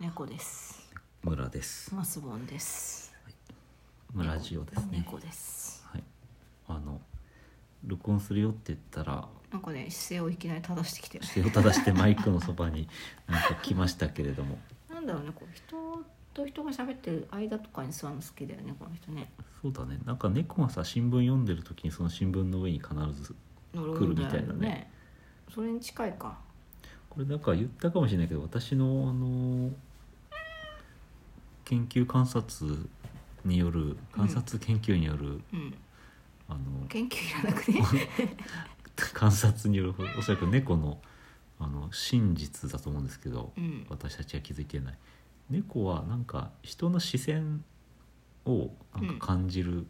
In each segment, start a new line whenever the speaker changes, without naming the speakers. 猫です。
村です
マスボンです。
村ジオですね
猫です。
はいあの録音するよって言ったら
なんかね姿勢をいきなり正してきてる。
姿勢を正してマイクのそばに なんか来ましたけれども
なんだろうねこう人と人が喋ってる間とかに座るの好きだよねこの人ね。
そうだねなんか猫がさ新聞読んでる時にその新聞の上に必ず
呪
来るみたい
だよ
なね。
それに近いか。
これなんか言ったかもしれないけど私のあの研究観察による観察研究による、
うん。
あの
研究いらなくね。
観察によるおそらく猫のあの真実だと思うんですけど、
うん。
私たちは気づいてない猫はなんか人の視線をなんか感じる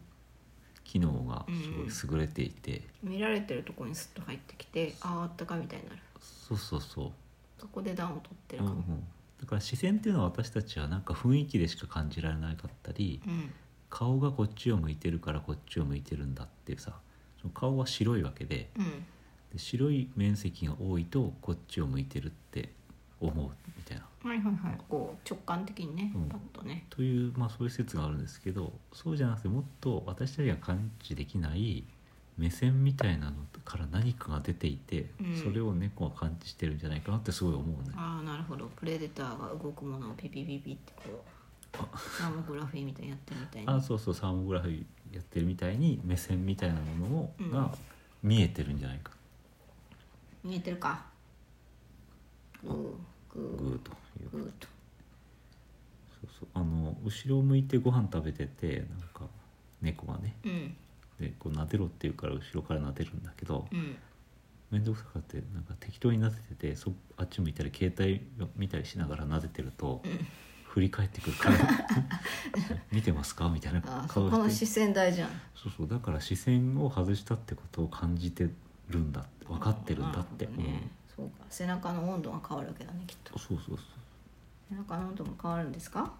機能がすごい優れていて、
見られてるとこにスッと入ってきてあーあったかみたいになる。
そうそうそう、
そこで暖を取って
う
る
んう
か
ん
も。
だから視線っていうのは私たちはなんか雰囲気でしか感じられなかったり
うん。
顔がこっちを向いてるからこっちを向いてるんだっていうさその顔は白いわけで
うん。
で白い面積が多いとこっちを向いてるって思うみたいな
はいはいはい。こう直感的にね
うん
パッとね。
という、まあ、そういう説があるんですけどそうじゃなくてもっと私たちが感知できない目線みたいなのから何かが出ていて、
うん
それを猫は感知してるんじゃないかなってすごい思うね。
ああなるほどプレデターが動くものをピピピピってこうサーモグラフィーみたいにやってるみたい
あ
な
そうそうサーモグラフィーやってるみたいに目線みたいなものを、
うん
が見えてるんじゃないか
見えてるかグー
グ
グ
ーという
ーグーと
そうそうあの後ろを向いてご飯食べててなんか猫がね
うん
でこう撫でろって言うから後ろから撫でるんだけど
うん
面倒くさかってなんか適当に撫でててそあっち向いたり携帯を見たりしながら撫でてると、振り返ってくるから 「見てますか?」みたいな
あーそ
顔
この
して
視線大事なの
そうそうだから視線を外したってことを感じてるんだって分かってるんだって
な
思
る
う、
ほどねそうか背中の温度が変わるわけだねきっと
そうそうそう
背中の温度も変わるんですか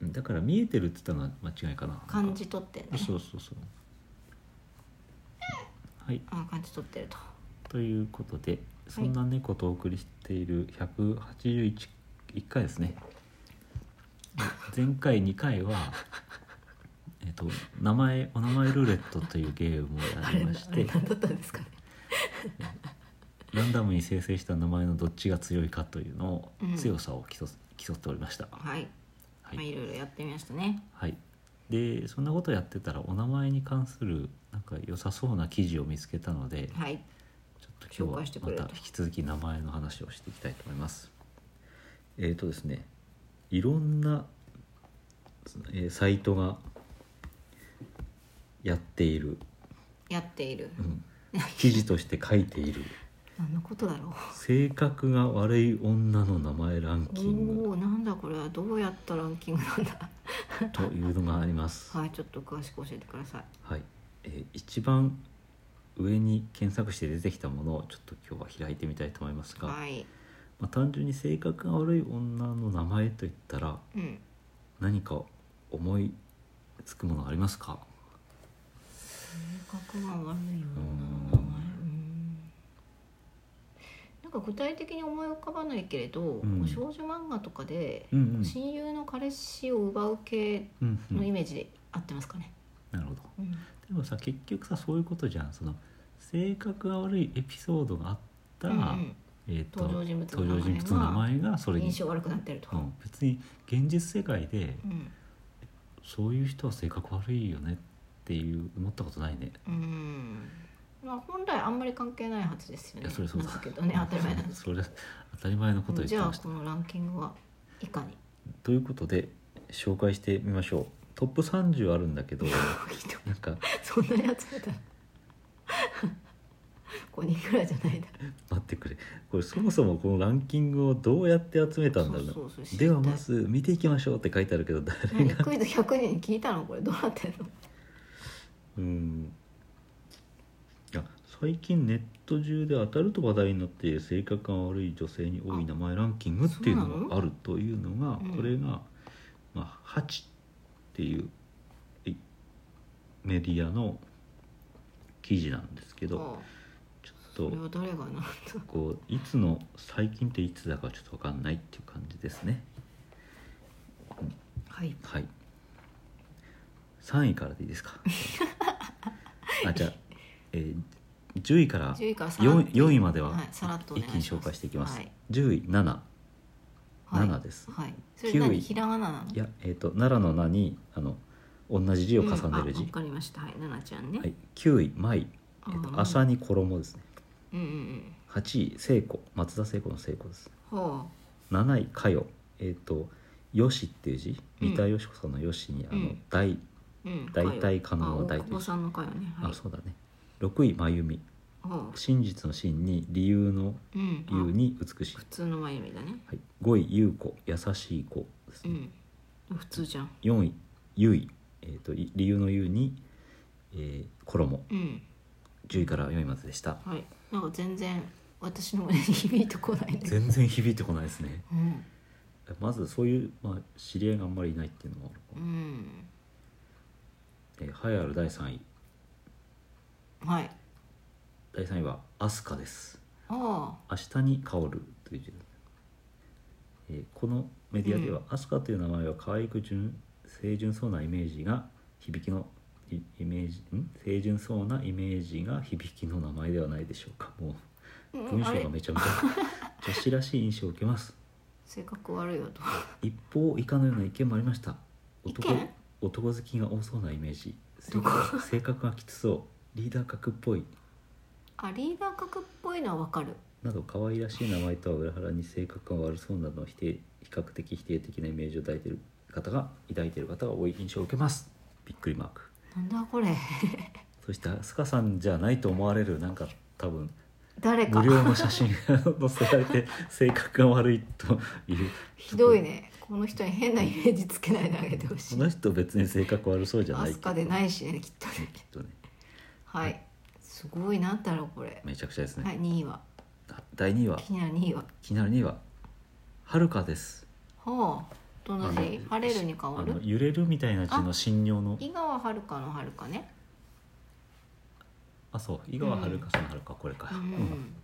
うんだから見えてるって言ったのは間違いかな
感じ取ってね
そうそうそうはい
あー感じ取ってると
ということでそんな猫とお送りしている181一回ですね前回2回は えっと名前お名前ルーレットというゲームをや
あ
り
れ
ま
な
し
あれ
て
何だったんですかね
ランダムに生成した名前のどっちが強いかというのを、
うん
強さを競競っておりました
はい、
はい、
まあ、いろいろやってみましたね
はい、でそんなことやってたらお名前に関するなんか良さそうな記事を見つけたので
はい
ちょっと今
紹介し
日
てくれる
は
と
また引き続き名前の話をしていきたいと思います。えっ、とですねいろんな、えーサイトがやっている、
やっている
うん記事として書いている
何のことだろう
性格が悪い女の名前ランキン
お
グ
おーなんだこれはどうやったランキングなんだ
というのがあります。
はいちょっと詳しく教えてください
はい、えー一番上に検索して出てきたものをちょっと今日は開いてみたいと思いますが、
はい
まあ、単純に性格が悪い女の名前といったら
うん
何か思いつくものありますか
性格が悪いよ
うん
なうんなんか具体的に思い浮かばないけれど、
ん
少女漫画とかで
うんうん
親友の彼氏を奪う系
うんうん
のイメージで合ってますかね、
なるほど
うん
でもさ結局さそういうことじゃんその性格が悪いエピソードがあったら、
うんうん
えーと
登場人物の名前
登場人物の名前がそれに
印象悪くなってると、
うん、別に現実世界で
うん
そういう人は性格悪いよねっていう思ったことないね
うんまあ、本来あんまり関係ないはずですよ
い
ね
やそれそうだ
なんだけどね当たり前なんです
それ当たり前のことを言って
じゃ
ま
あ
した
このランキングはいかに
ということで紹介してみましょうトップ30あるんだけどなんか
そんなに集めたら5人くらいじゃないだ
待ってくれこれそもそもこのランキングをどうやって集めたんだろうな
そうそうそう
ではまず見ていきましょうって書いてあるけど誰
何クイズ100人に聞いたのこれどうなってんの
うんいや最近ネット中で当たると話題になっている性格が悪い女性に多い名前ランキングっていう
そうな
の
の
があるというのが
うん
これが、まあ、8っていういメディアの記事なんですけど
ああ
ちょっと
これは誰がなんだ
こういつの最近っていつだかちょっと分かんないっていう感じですね
はい
はい3位からでいいで すかあじゃあ、えー10位から
10位からさらっ
4, 4位までは
はいさらっとお
一
願いします
気に紹介していきます、
はい
10位7
はい
7です
はいそれ何
九位
ひらがななの
いや、えー、と奈良の名にあの同じ字を重ねる字、
うんあわかりましたはいななちゃんね、
はい、9位舞、え
あ
ー、
ー
と朝に衣ですね
うんうんうん
8位聖子松田聖子の聖子です
ほ
7位佳代えっ、と「よし」っていう字
うん
三田佳子さんの「よし」にあ
う
の
ん
「大、
う、うん、
大体可能な大
あ大久保さんの会よねは
あ
い
そうだね6位「真由美」
ほ
真実の真に理由の
ううん
理由
あ
に美しい、
普通の眉毛だね
はい、5位「優子」「優しい子」です
う
ね、
ん普通じゃん
4位「優衣」えーとい理由の優に、えー、衣
うん
10位から4位まででした
はいなんか全然私の胸に響いてこないね
全然響いてこないですね
うん
まずそういう、まあ、知り合いがあんまりいないっていうのは
うん
えー、栄えある第3位
はい
第3位は「飛鳥」です
あ
明日に香るという字です、えーこのメディアでは、アスカという名前は可愛く純清純そうなイメージが響きのイイメージん清純そうなイメージが響きの名前ではないでしょうかも
あ
う
うん
文章
あれ
がめちゃめちゃ 女子らしい印象を受けます
性格悪いよと
一方以下のような意見もありました男
意見
男好きが多そうなイメージ性
どこ
格性格がきつそうリーダー格っぽい
あリーダー格っぽいのはわかる
など可愛らしい名前とは裏腹に性格が悪そうなどの否定比較的否定的なイメージを抱いている方が抱いている方が多い印象を受けますびっくりマーク
なんだこれ
そして飛鳥さんじゃないと思われるなんか多分
誰か
無料の写真が載せられて性格が悪いという
ひどいねこの人に変なイメージつけないであげてほし
こ
い
の人別に性格悪そうじゃな
ア
い
スカでないしねきっとね
きっとね
はいすごいなんだろうこれ
めちゃくちゃですね、
はい2位は
第2位は
気になる2位は
気になる2位ははるかです
ほうどの字
あの
晴れるに変わ
あの
る
揺れるみたいな字の信用の
井川遥の遥ね
あそう井川遥さん遥かこれか、
う
うん
ん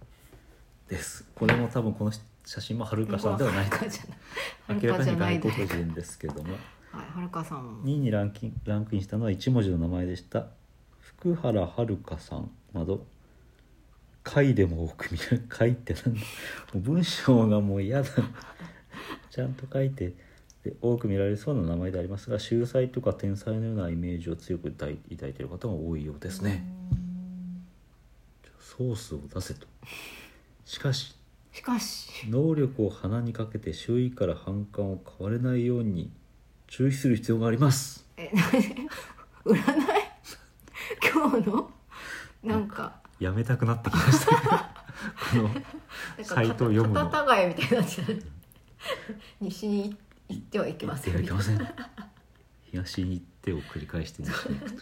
ですこれも多分この写真もはるかさんではない
遥じゃない
明ら
遥
か
じゃ
に
ない
外
で
国人ですけども
はい遥さんも
2位にランキンランクインしたのは1文字の名前でした福原遥さんなど貝でも多く見る 貝ってなんだもう文章がもう嫌だ ちゃんと書いてで多く見られそうな名前でありますが秀才とか天才のようなイメージを強く抱い抱いている方が多いようですねソースを出せとしかし
しかし
能力を鼻にかけて周囲から反感を買われないように注意する必要があります
え何占い 今日のなんか
やめたくなってきましたねこの
なんか
サイトを読むの
カタタガエみたいになっちゃう西に行ってはいけません
いけません東に行ってを繰り返して西に行くという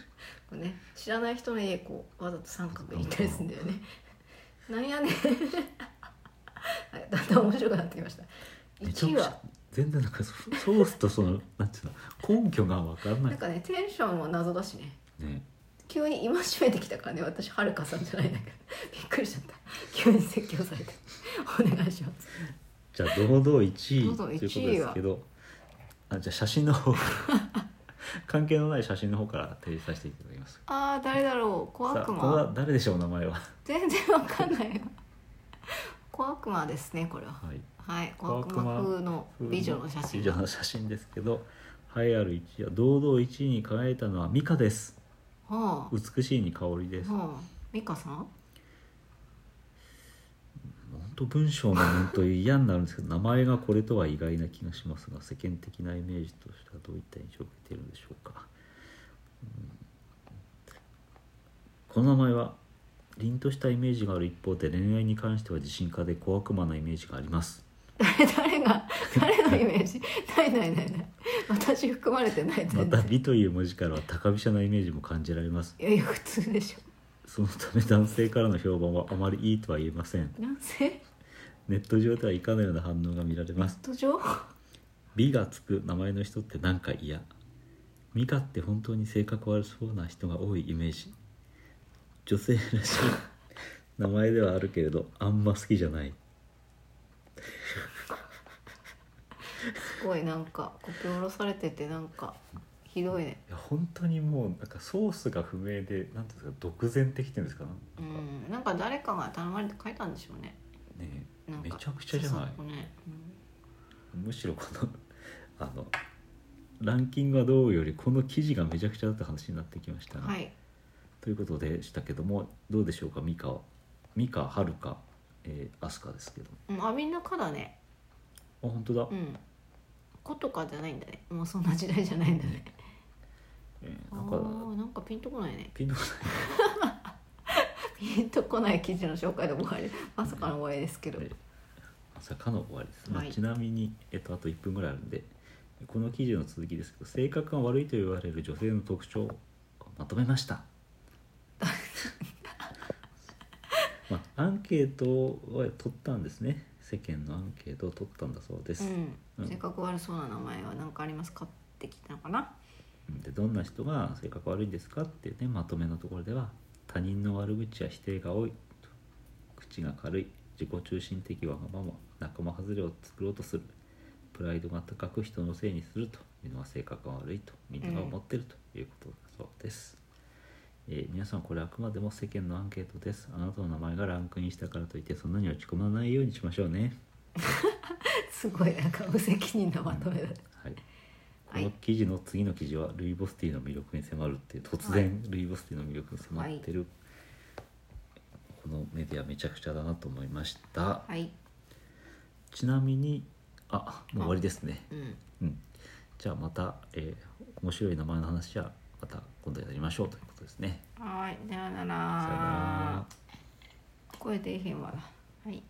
こうね、知らない人の家こうわざと三角に行ったりするんだよね。なんやねん。 はいだんだん面白くなってきました。
めちゃ
一位
くちゃ
は
全然なんかソソースとそのなんていうの根拠が分かんな
なん
い
かねテンションも謎だしね。
ね
急に今しめてきたからね私はるかさんじゃないんだけど びっくりしちゃった急に説教されてお願いします
じゃあ堂々1
堂
位
々
と
1
い
位
うことですけどあじゃあ写真の方関係のない写真の方から提示させていただきます
ああ誰だろう小
さあ
悪
これは
魔
誰でしょう名前は
全然わかんないよ小悪魔ですねこれは
はい
はい
小
小
悪
悪
魔
魔風の美女の写真
美女の写真ですけど栄えある1位は堂々1位に輝いたのは美香です
は
美しいに香りで
あ
す
はあ美香さん
本当文章が本当に嫌になるんですけど名前がこれとは意外な気がしますが世間的なイメージとしてはどういった印象を受けているんでしょうか、うんこの名前は凛としたイメージがある一方で恋愛に関しては自信家で小悪魔なイメージがあります
誰誰が誰のイメージないないないない私含まれてない
ま
全
た
然
美という文字からは高飛車なイメージも感じられます
いやいや普通でしょ
そのため男性からの評判はあまりいいとは言えません
男性
ネット上ではいかのような反応が見られます
途上
美がつく名前の人ってなんか嫌美香って本当に性格悪そうな人が多いイメージ女性らしい名前ではあるけれどあんま好きじゃない
すごいなんかこき下ろされててなんかひどいね
いや本当にもうなんかソースが不明でなんていうんですか独善的っていうんですかなんか
うんなんか誰かが頼まれて書いたんでしょうね
ね
なんか
めちゃくちゃじゃない
そうそうねうん
むしろこのあのランキングはどうよりこの記事がめちゃくちゃだった話になってきましたね、
はい
ということでしたけどもどうでしょうか美香美香はるか、えー、アスカですけど
うんあみんなかだね
あ本当だ、
うん子とかじゃないんだねもうそんな時代じゃないんだね
えー
あ
なんか
ーなんかピンとこないね
ピンとこ
ピンとこない記事の紹介で終わ りまさかの終わりですけど、
ない まさかの終わりです、まあ
はい
ちなみに、えっと、あと1分ぐらいあるんでこの記事の続きですけど性格が悪いと言われる女性の特徴をまとめました まあ、アンケートを取ったんですね世間のアンケートを取ったんだそうです、
う、
うんん
性格悪そうな名前は何かありますかって聞いたのかな
でどんな人が性格悪いんですかっていうねまとめのところでは他人の悪口や否定が多いと口が軽い自己中心的わがまま仲間外れを作ろうとするプライドが高く人のせいにするというのは性格が悪いとみんなが思ってるということだそうです、えー皆さんこれあくまでも世間のアンケートですあなたの名前がランクインしたからといってそんなに落ち込まないようにしましょうね
すごいなんか無責任なまとめだ
は
は
い、こ
い
の記事の次の記事はルイ・ボスティーの魅力に迫るっていう突
は
然ルイ・ボスティーの魅力に迫ってる、このメディアめちゃくちゃだなと思いました、
はい
ちなみにあもう終わりですね
うん
うんじゃあまた、えー面白い名前の話はまた今度やりましょうということですね
はーいさよな
さよな
ら
ら
声出えへんわなはい